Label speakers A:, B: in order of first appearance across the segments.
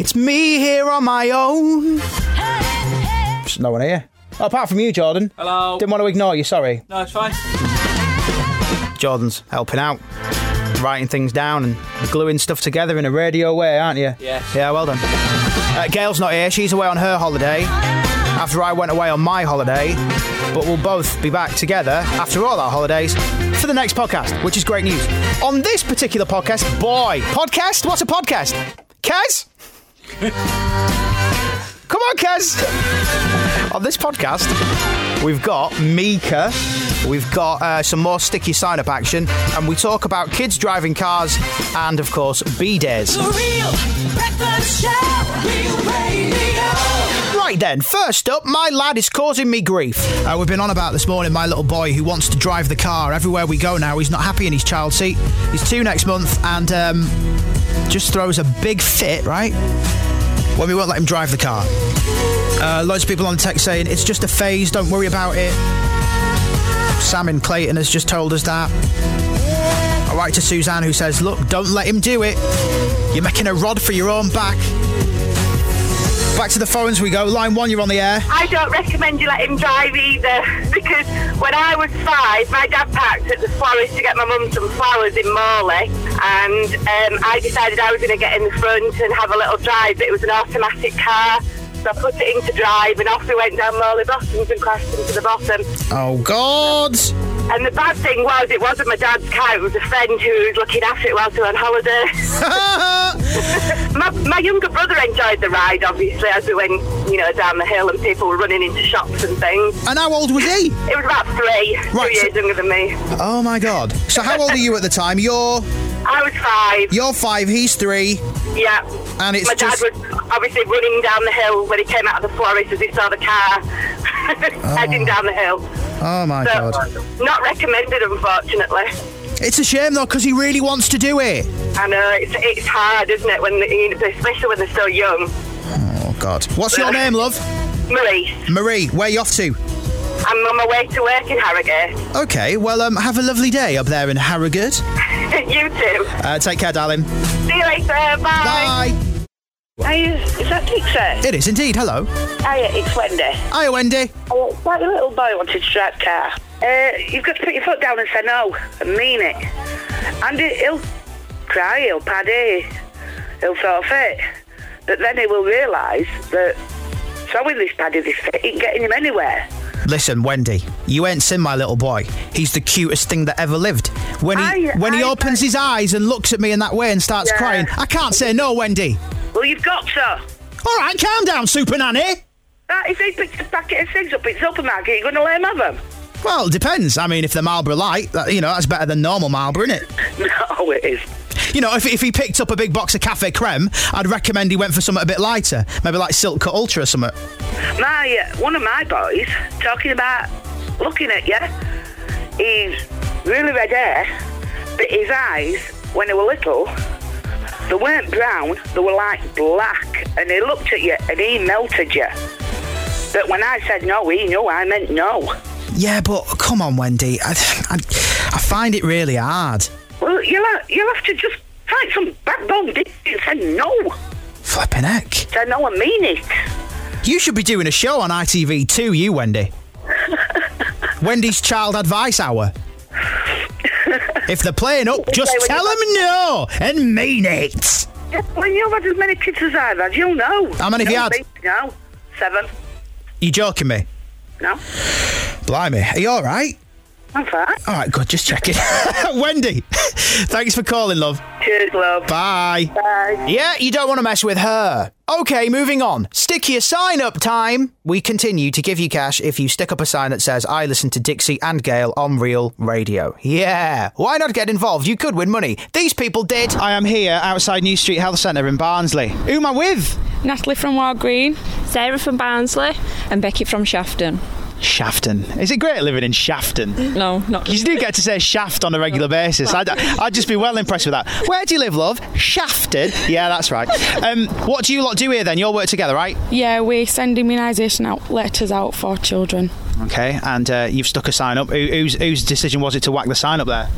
A: It's me here on my own. There's no one here. Oh, apart from you, Jordan.
B: Hello.
A: Didn't want to ignore you, sorry.
B: No, it's fine.
A: Jordan's helping out, writing things down and gluing stuff together in a radio way, aren't you?
B: Yes.
A: Yeah, well done. Uh, Gail's not here. She's away on her holiday after I went away on my holiday. But we'll both be back together after all our holidays for the next podcast, which is great news. On this particular podcast, boy, podcast? What's a podcast? Kaz? Come on, Kaz. on this podcast, we've got Mika, we've got uh, some more sticky sign up action, and we talk about kids driving cars and, of course, B days. Right then, first up, my lad is causing me grief. Uh, we've been on about this morning my little boy who wants to drive the car everywhere we go now. He's not happy in his child seat. He's two next month and um, just throws a big fit, right? When we won't let him drive the car. Uh, loads of people on the text saying it's just a phase, don't worry about it. Sam in Clayton has just told us that. I write to Suzanne who says, Look, don't let him do it. You're making a rod for your own back. Back to the phones we go. Line one, you're on the air.
C: I don't recommend you let him drive either because when I was five, my dad parked at the florist to get my mum some flowers in Morley, and um, I decided I was going to get in the front and have a little drive. But it was an automatic car, so I put it into drive, and off we went down Morley Bottoms and crashed into the bottom.
A: Oh, God.
C: And the bad thing was, it wasn't my dad's car; it was a friend who was looking after it whilst we were on holiday.
A: Uh-huh.
C: My, my younger brother enjoyed the ride, obviously, as we went, you know, down the hill and people were running into shops and things.
A: and how old was he?
C: It was about three,
A: Right,
C: two
A: so-
C: years younger than me.
A: Oh, my God. So, how old are you at the time? You're,
C: I was five.
A: you're five, he's three.
C: Yeah.
A: And it's
C: my dad
A: just-
C: was obviously running down the hill when he came out of the florist as he saw the car heading down the hill.
A: Ah. Oh, my
C: So,
A: God.
C: not recommended, unfortunately.
A: It's a shame, though, because he really wants to do it.
C: I know it's it's hard, isn't it? When the, especially when they're so young.
A: Oh, God. What's your name, love?
C: Maurice,
A: Marie, where you off to?
C: I'm on my way to work in Harrogate.
A: Okay, well, um, have a lovely day up there in Harrogate.
C: you too.
A: Uh, take care, darling.
C: See you later.
A: Bye.
D: Hiya, is that Dixie?
A: It is indeed. Hello.
D: Hiya, it's Wendy.
A: Hiya, Wendy.
D: Oh, like the little boy wanted to drive car. Uh, you've got to put your foot down and say no, and mean it. And he- he'll cry, he'll paddy, he'll throw a fit. But then he will realise that throwing this paddy, this fit, ain't getting him anywhere.
A: Listen, Wendy, you ain't seen my little boy. He's the cutest thing that ever lived. When he
D: I-
A: when he
D: I-
A: opens his eyes and looks at me in that way and starts
D: Yeah.
A: crying, I can't say no, Wendy.
D: Well, you've got to.
A: All right, calm down, Super Nanny.
D: Right, if they picked a packet of things up at the supermarket, you're going to let him have them?
A: Well, it depends. I mean, if they're Marlboro Light, that, you know, that's better than normal Marlboro, isn't it?
D: No, it is.
A: You know, if, if he picked up a big box of Cafe Creme, I'd recommend he went for something a bit lighter. Maybe like Silk Cut Ultra or something.
D: My uh, one of my boys talking about looking at you. He's really red hair, but his eyes, when they were little, they weren't brown. They were like black, and he looked at you and he melted you. But when I said no, he knew I meant no.
A: Yeah, but come on, Wendy. I, I, I find it really hard.
D: Well, you'll ha- you'll have to just find some backbone dick and say no.
A: Flipping heck.
D: Say no and mean it.
A: You should be doing a show on ITV2, you, Wendy. Wendy's Child Advice Hour. if they're playing up, just
D: Okay, when
A: tell
D: you-
A: them no and mean it.
D: When you've had as many kids as I've had, you'll know.
A: How many have you
D: No,
A: had?
D: me, No, seven.
A: You joking me?
D: No,
A: Blimey, are you all right?
D: I'm fine.
A: All right, good. Just checking. Wendy, thanks for calling, love.
D: Cheers, love.
A: Bye.
D: Bye.
C: Uh,
A: Yeah, you don't want to mess with her. Okay, moving on. Stick your sign up time. We continue to give you cash if you stick up a sign that says, I listen to Dixie and Gail on real radio. Yeah. Why not get involved? You could win money. These people did. I am here outside New Street Health Centre in Barnsley. Who am I with?
E: Natalie from Wild Green
F: Sarah from Barnsley.
E: and Becky from Shafton.
A: Shafton. Is it great living in Shafton?
E: No, not
A: You do get to say shaft on a regular basis. I'd, I'd just be well impressed with that. Where do you live, love? Shafted. Yeah, that's right. Um, what do you lot do here then? You all work together, right?
E: Yeah, we send immunisation out letters out for children.
A: Okay, and uh, you've stuck a sign up. Who, whose, whose decision was it to whack the sign up there?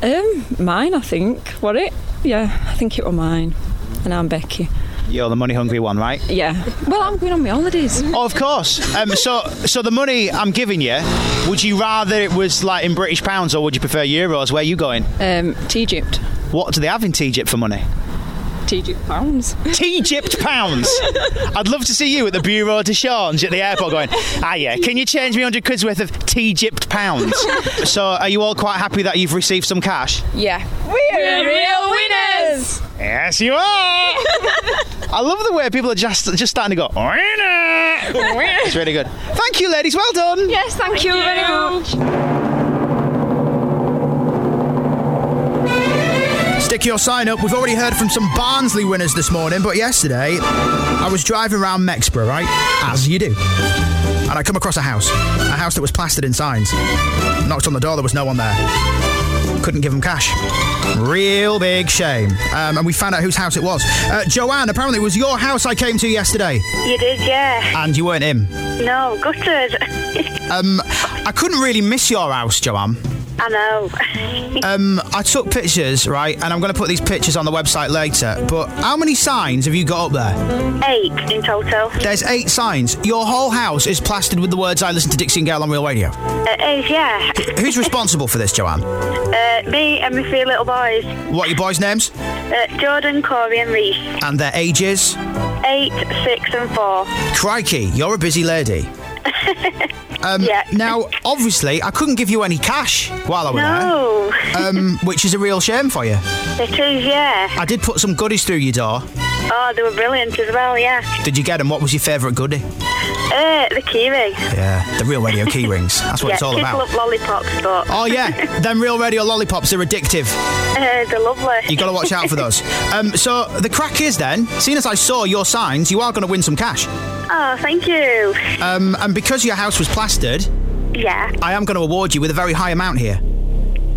F: Um, mine, I think. Were it? Yeah, I think it were mine. And I'm Becky.
A: You're the money hungry one, right?
B: Yeah. Well, I'm going on my holidays.
A: Oh, of course. Um, so, so the money I'm giving you, would you rather it was like in British pounds or would you prefer euros? Where are you going?
B: Um, to Egypt.
A: What do they have in Egypt for money?
B: To Egypt pounds.
A: Egypt pounds. I'd love to see you at the bureau de change at the airport going, ah yeah, can you change me hundred quid's worth of Egypt pounds? so, are you all quite happy that you've received some cash?
B: Yeah. We're real winners.
A: Yes, you are. I love the way people are just just starting to go. "Winner, winner." it's really good. Thank you, ladies. Well done.
B: Yes, thank, you, very much.
A: Stick your sign up. We've already heard from some Barnsley winners this morning, but yesterday I was driving around Mexborough, right? As you do. And I come across a house, a house that was plastered in signs. Knocked on the door, there was no one there. Couldn't give them cash. Real big shame. Um, and we found out whose house it was. Uh, Joanne, apparently it was your house I came to yesterday,
C: You did, yeah.
A: and you weren't in.
C: No, gutted.
A: Um, I couldn't really miss your house, Joanne.
C: I know.
A: Um, I took pictures, right, and I'm going to put these pictures on the website later. But how many signs have you got up there?
C: Eight in total.
A: There's eight signs. Your whole house is plastered with the words "I listen to Dixie and Gale on Real Radio."
C: It is, Uh, yeah.
A: Who's responsible for this, Joanne?
C: Uh, me and my three little boys,
A: What are your boys' names
C: uh, Jordan, Corey, and Reese.
A: and their ages?
C: Eight, six, and four.
A: Crikey, you're a busy lady. Um,
C: Yeah.
A: Now, obviously, I couldn't give you any cash while I was
C: No,
A: there, um, which is a real shame for you.
C: Oh, it is, yeah.
A: I did put some goodies through your door.
C: Oh, they were brilliant as well, yeah.
A: Did you get them? What was your favourite goodie?
C: Uh, the kiwi.
A: Yeah, the Real Radio key rings. That's what
C: yeah,
A: it's all
C: kids
A: about.
C: love lollipops, but
A: Oh yeah, them Real Radio lollipops are addictive.
C: uh, they're lovely.
A: you got to watch out for those. Um, so the crack is then, seeing as I saw your signs, you are going to win some cash.
C: Oh, thank you.
A: Um, and because your house was plastered,
C: Yeah.
A: I am going to award you with a very high amount here.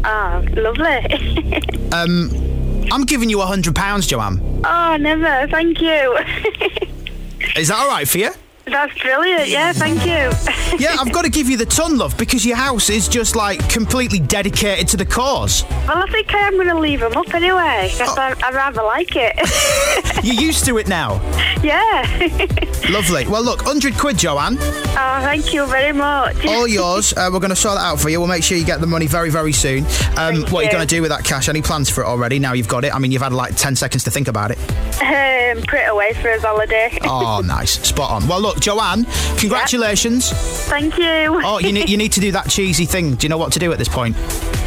C: Oh, lovely.
A: I'm giving you a hundred pounds, Joanne.
C: oh, never. Thank you.
A: Is that all right for you?
C: That's brilliant. Yeah, thank you.
A: Yeah, I've got to give you the ton, love, because your house is just like completely dedicated to the cause.
C: well, I think I am going to leave them up anyway.
A: Oh.
C: 'cause I, I rather like it.
A: You're used to it now.
C: yeah.
A: Lovely. Well, look, hundred quid, Joanne.
C: Oh, thank you very much.
A: all yours. Uh, we're going to sort that out for you. We'll make sure you get the money very, very soon. Um,
C: Thank
A: what are you
C: you.
A: going to do with that cash? Any plans for it already? Now you've got it. I mean, you've had like 10 seconds to think about it.
C: Um, put it away for his holiday.
A: Oh, nice. Spot on. Well, look, Joanne, congratulations.
C: Thank you.
A: Oh, you need, you need to do that cheesy thing. Do you know what to do at this point?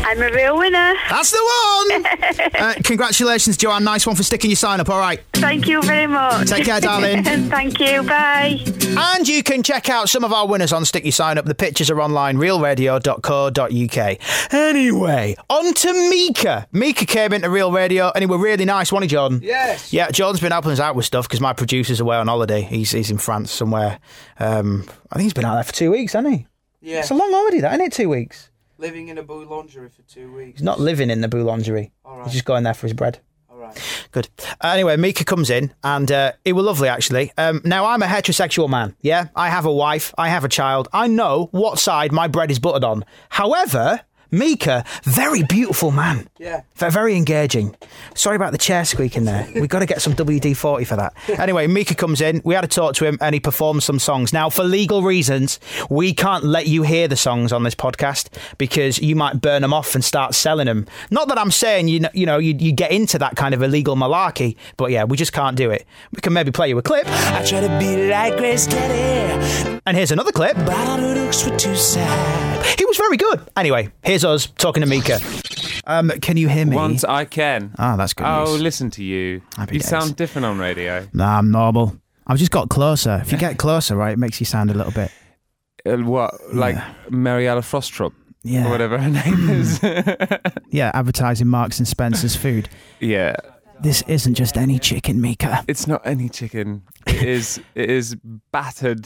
C: I'm a real winner.
A: That's the one! uh, congratulations, Joanne. Nice one for sticking your sign up. All right.
C: Thank you very much.
A: Take care, darling.
C: Thank you. Bye.
A: And you can check out some of our winners on Stick Your Sign Up. The pictures are online, realradio.co.uk. Anyway, on to Mika. Mika came into Real Radio and he were really nice, wasn't he, Jordan?
F: Yes.
A: Yeah, Jordan's been helping us out with stuff because my producer's away on holiday. He's, he's in France somewhere. Um, I think he's been out there for two weeks, hasn't he?
F: Yeah.
A: It's a long holiday, that, isn't it? Two weeks.
F: Living in a boulangerie for two weeks.
A: He's not living in the boulangerie.
F: All
A: He's
F: right.
A: just going there for his bread.
F: All right.
A: Good. Uh, Anyway, Mika comes in, and uh, it was lovely, actually. Um, now, I'm a heterosexual man. Yeah, I have a wife, I have a child. I know what side my bread is buttered on. However, Mika, very beautiful man.
F: Yeah.
A: Ve- Very engaging. Sorry about the chair squeaking there. We've got to get some WD 40 for that. Anyway, Mika comes in. We had a talk to him and he performed some songs. Now, for legal reasons, we can't let you hear the songs on this podcast because you might burn them off and start selling them. Not that I'm saying you know, you know you, you get into that kind of illegal malarkey, but yeah, we just can't do it. We can maybe play you a clip.
G: I try to be like Grace Kelly,
A: And here's another clip.
G: but all the looks were too sad.
A: He was very good. Anyway, here's us talking to Mika. Um, can you hear me?
H: Once I can.
A: Ah, that's good
H: Oh,
A: news.
H: listen to you.
A: Happy
H: you
A: days.
H: sound different on radio.
A: Nah, I'm normal. I've just got closer. If you get closer, right, it makes you sound a little bit.
H: Uh, what, like Mariella Frostrop?
A: Yeah.
H: Or whatever her name is.
A: Yeah, advertising Marks and Spencer's food.
H: yeah.
A: This isn't just any chicken, Mika.
H: It's not any chicken. It is it is battered,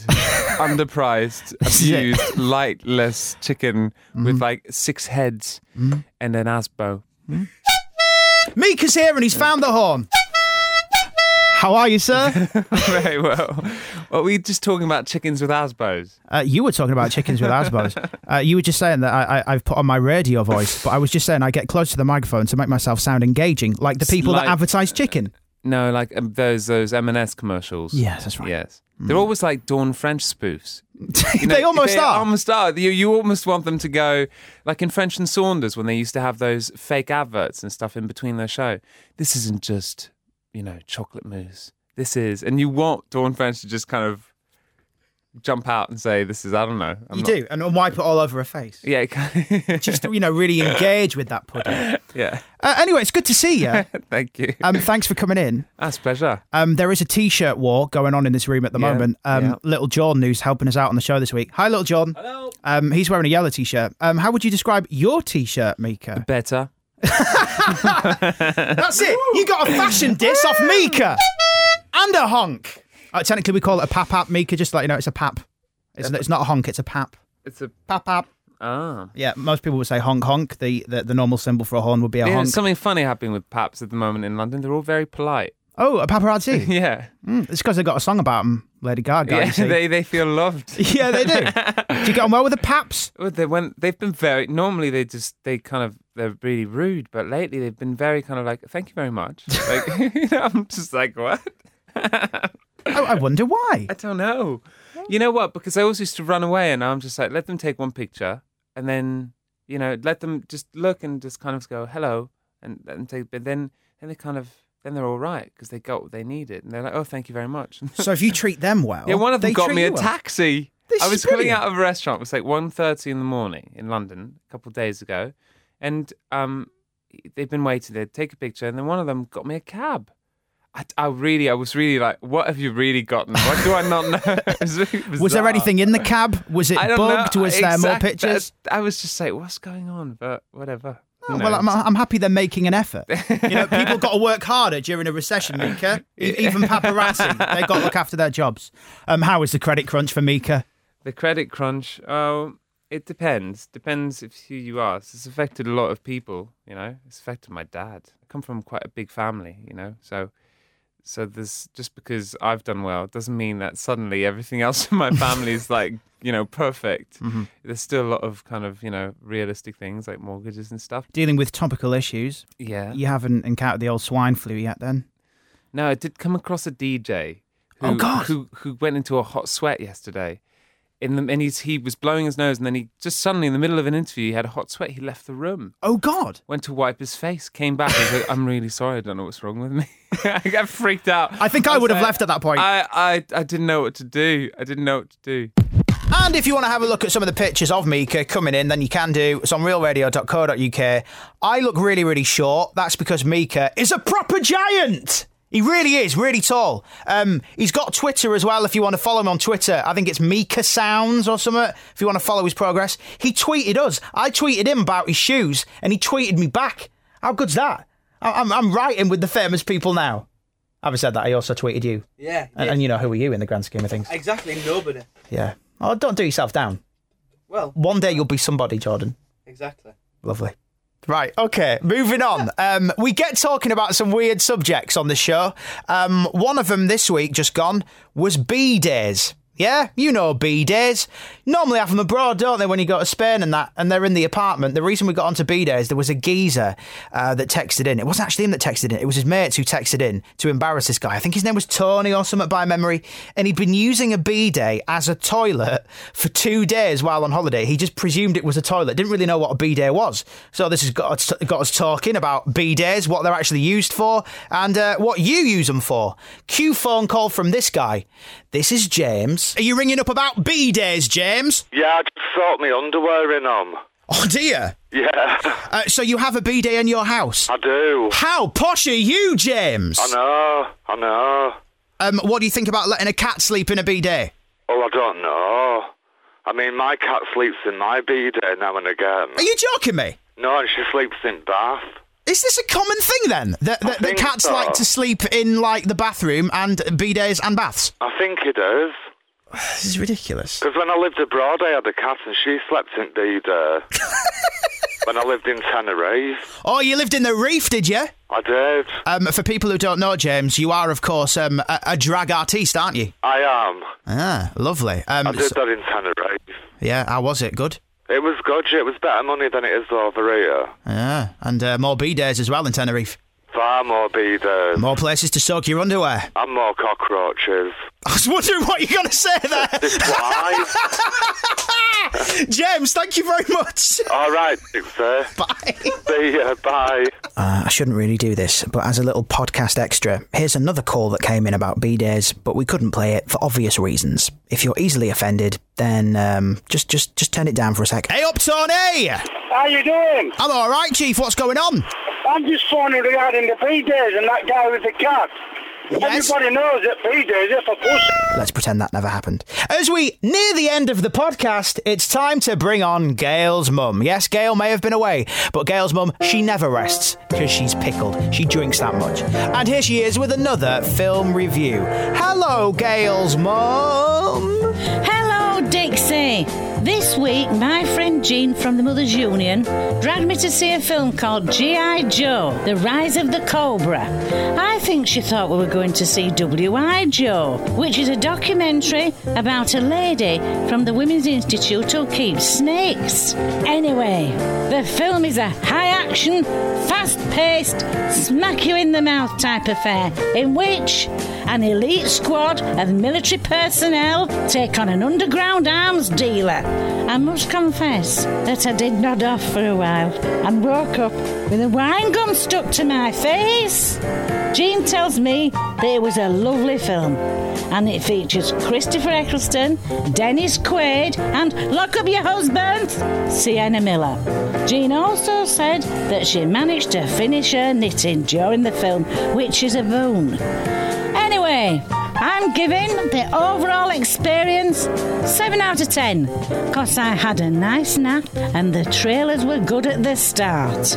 H: underpriced,
A: This is it.
H: abused, lightless chicken
A: Mm-hmm.
H: with like six heads and an asbo.
A: Mika's here and he's found the horn. How are you, sir?
H: Very well. Well, we just talking about chickens with asbos.
A: Uh, you were talking about chickens with asbos. Uh, you were just saying that I, I, I've put on my radio voice, but I was just saying I get close to the microphone to make myself sound engaging, like the people that
H: Slight-
A: advertise chicken.
H: No, like um, those those M&S commercials.
A: Yes, that's right. Mm.
H: Yes. They're always like Dawn French spoofs. You
A: they
H: know,
A: almost
H: they
A: are.
H: Almost are. You, you almost want them to go like in French and Saunders when they used to have those fake adverts and stuff in between their show. This isn't just you know chocolate mousse. This is, and you want Dawn French to just kind of jump out and say, "This is I don't know." I'm
A: you
H: not-
A: do, and, and wipe it all over her face.
H: Yeah. it-
A: Just you know, really engage with that pudding.
H: yeah.
A: Uh, anyway, it's good to see you.
H: Thank you.
A: Um, thanks for coming in.
H: That's pleasure.
A: Um, there is a t-shirt war going on in this room at the
H: Yeah,
A: moment. Um,
H: yeah.
A: Little John, who's helping us out on the show this week. Hi, Little John. Hello. Um, he's wearing a yellow t-shirt. Um, how would you describe your t-shirt, Mika?
H: Better.
A: That's it. You got a fashion diss off Mika and a honk. Uh, technically, we call it a pap up, Mika. Just to let you know, it's a pap. It's, it's not a honk. It's a pap.
H: It's a
A: Pap up.
H: ah.
A: Yeah, most people would say honk honk. The the, the normal symbol for a horn would be a
H: Yeah,
A: honk.
H: something funny happening with Paps at the moment in London. They're all very polite.
A: Oh, a paparazzi. Hmm,
H: Yeah.
A: It's because they've got a song about them, Lady Gaga.
H: Yeah,
A: you see.
H: they, they feel loved.
A: yeah, they do. do you get on well with the paps?
H: Well, they went, they've been very, normally they just, they kind of, they're really rude, but lately they've been very kind of like, thank you very much. Like, you know, I'm just like, what?
A: Oh, I wonder why.
H: I don't know. You know what? Because I always used to run away and I'm just like, let them take one picture and then, you know, let them just look and just kind of go, hello, and let them take, but then, then they kind of, then they're all right because they got what they needed. And they're like, oh, thank you very much.
A: So if you treat them well,
H: Yeah, one of
A: Oh,
H: them
A: they
H: got
A: treat
H: me
A: you
H: a
A: well.
H: taxi.
A: This
H: I
A: is
H: was coming
A: brilliant.
H: out of a restaurant. It was like 1.30 in the morning in London a couple of days ago, and um, they'd been waiting. They'd take a picture, and then one of them got me a cab. I, I really, I was really like, what have you really gotten? What do I not know? It was, really
A: Was there
H: bizarre.
A: anything in the cab? Was it
H: I don't
A: bugged?
H: know.
A: Was there more
H: Exact-
A: pictures?
H: I was just like, what's going on? But whatever. Who
A: Oh, well, I'm,
H: knows?
A: I'm happy they're making an effort. You know, people got to work harder during a recession, Mika. E- Even paparazzi, they got to look after their jobs. Um, how is the credit crunch for Mika?
H: The credit crunch. Oh, it depends. Depends if who you ask. It's affected a lot of people. You know, it's affected my dad. I come from quite a big family. You know, so so there's just because I've done well doesn't mean that suddenly everything else in my family is like you know perfect. There's still a lot of kind of you know realistic things like mortgages and stuff.
A: Dealing with topical issues.
H: Yeah.
A: You haven't encountered the old swine flu yet, then?
H: No, I did come across a DJ who
A: Oh, God.
H: who who went into a hot sweat yesterday. In the, and he's, he was blowing his nose, and then he just suddenly, in the middle of an interview, he had a hot sweat. He left the room,
A: Oh God!
H: went to wipe his face, came back, and was like, "I'm really sorry. I don't know what's wrong with me." I got freaked out.
A: I think I
H: was
A: would have
H: like,
A: left at that point.
H: I, I I didn't know what to do. I didn't know what to do.
A: And if you want to have a look at some of the pictures of Mika coming in, then you can do. It's on realradio.co.uk. I look really, really short. That's because Mika is a proper giant. He really is, really tall. Um, he's got Twitter as well. If you want to follow him on Twitter, I think it's Mika Sounds or something. If you want to follow his progress, he tweeted us. I tweeted him about his shoes, and he tweeted me back. How good's that? I- I'm, I'm writing with the famous people now. Having said that, I also tweeted you,
F: Yeah.
A: and,
F: yeah.
A: and you know who are you in the grand scheme of things?
F: exactly. Nobody.
A: Yeah. Oh, don't do yourself down.
F: Well,
A: One day you'll be somebody, Jordan.
F: exactly.
A: Lovely. Right, okay, moving on. Um, we get talking about some weird subjects on the show. Um, one of them this week, just gone, was B days. Yeah, you know B days. Normally have them abroad, don't they, when you go to Spain and that, and they're in the apartment. The reason we got onto B days, there was a geezer uh, that texted in. It wasn't actually him that texted in, it was his mates who texted in to embarrass this guy. I think his name was Tony or something by memory. And he'd been using a B day as a toilet for two days while on holiday. He just presumed it was a toilet, didn't really know what a B day was. So this has got us, got us talking about B days, what they're actually used for, and uh, what you use them for. Cue phone call from this guy. This is James. Are you ringing up about B days, James?
I: Yeah, I just thought my underwear in um, on.
A: Oh dear.
I: Yeah,
A: Uh, so you have a B day in your house?
I: I do.
A: How posh are you, James?
I: I know, I know.
A: Um, what do you think about letting a cat sleep in a B day?
I: Oh, I don't know. I mean, my cat sleeps in my bed now and again.
A: Are you joking me?
I: No, and she sleeps in bath.
A: Is this a common thing then? That, that, that
I: think
A: cats
I: so.
A: like to sleep in like the bathroom and bidets and baths?
I: I think it is.
A: This is ridiculous.
I: Because when I lived abroad, I had a cat and she slept in bed. when I lived in Tenerife,
A: Oh, you lived in the reef, did you?
I: I did.
A: Um, for people who don't know, James, you are of course um, a, a drag artiste, aren't you?
I: I am.
A: Ah, lovely.
I: I
A: Um,
I: did
A: so-
I: that in Tenerife.
A: yeah, how was it? Good.
I: It was good. yeah, It was better money than it is over here.
A: Ah, Yeah, and uh, more bidets as well in Tenerife.
I: Far I'm more be there.
A: More places to soak your underwear.
I: I'm more cockroaches.
A: I was wondering what you're going to say there.
I: Why?
A: James, thank you very much.
I: All right, it's there.
A: Bye.
I: See ya, bye.
A: Uh, I shouldn't really do this, but as a little podcast extra, here's another call that came in about B days, but we couldn't play it for obvious reasons. If you're easily offended, then um, just just just turn it down for a sec. Hey up, Tony!
D: How you doing?
A: I'm all right, Chief. What's going on?
D: I'm just phoning regarding the B days and that guy with the cat.
A: Yes.
D: Everybody knows that B days are for pussy.
A: Let's pretend that never happened. As we near the end of the podcast, it's time to bring on Gail's mum. Yes, Gail may have been away, but Gail's mum, she never rests because she's pickled. She drinks that much. And here she is with another film review. Hello, Gail's mum.
J: Hello, Dixie. This week, my friend Jean from the Mothers Union dragged me to see a film called G.I. Joe The Rise of the Cobra. I think she thought we were going to see W.I. Joe, which is a documentary about a lady from the Women's Institute who keeps snakes. Anyway, the film is a high action, fast paced, smack you in the mouth type affair in which an elite squad of military personnel take on an underground arms dealer. I must confess that I did nod off for a while and woke up with a wine gum stuck to my face. Jean tells me that it was a lovely film and it features Christopher Eccleston, Dennis Quaid, and Lock Up Your Husband, Sienna Miller. Jean also said that she managed to finish her knitting during the film, which is a boon. Anyway, I'm giving the overall experience 7 out of 10 because I had a nice nap and the trailers were good at the start.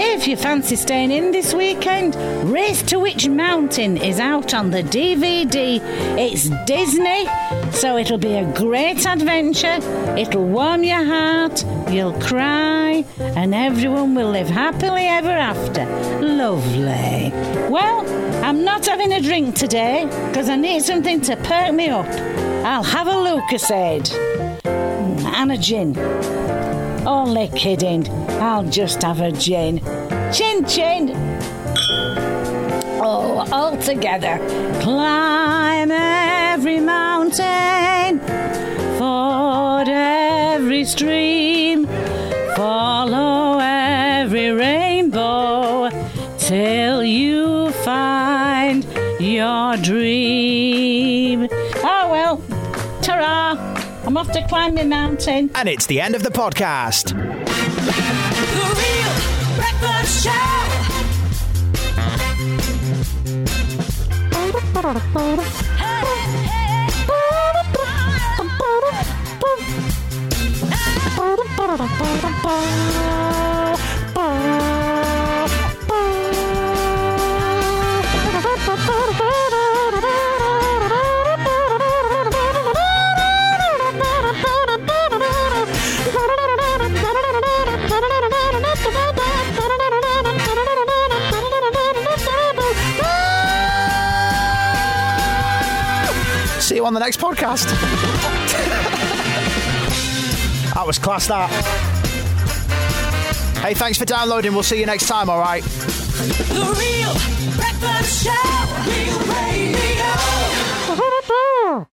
J: If you fancy staying in this weekend, Race to Witch Mountain is out on the DVD. It's Disney, so it'll be a great adventure. It'll warm your heart, you'll cry, and everyone will live happily ever after. Lovely. Well, I'm not having a drink today because I need something to perk me up. I'll have a Lucasade Mm, and a gin. Only kidding. I'll just have a gin. Chin chin. Oh, all together. Climb every mountain, ford every stream, follow every rainbow till you find your dream. Oh well, ta-ra! I'm off to climb the mountain.
A: And it's the end of the podcast.
G: The Real Breakfast Show.
A: See you on the next podcast. that was class, that. Hey, thanks for downloading. We'll see you next time, all right?
G: The Real Breakfast Show. Real Radio.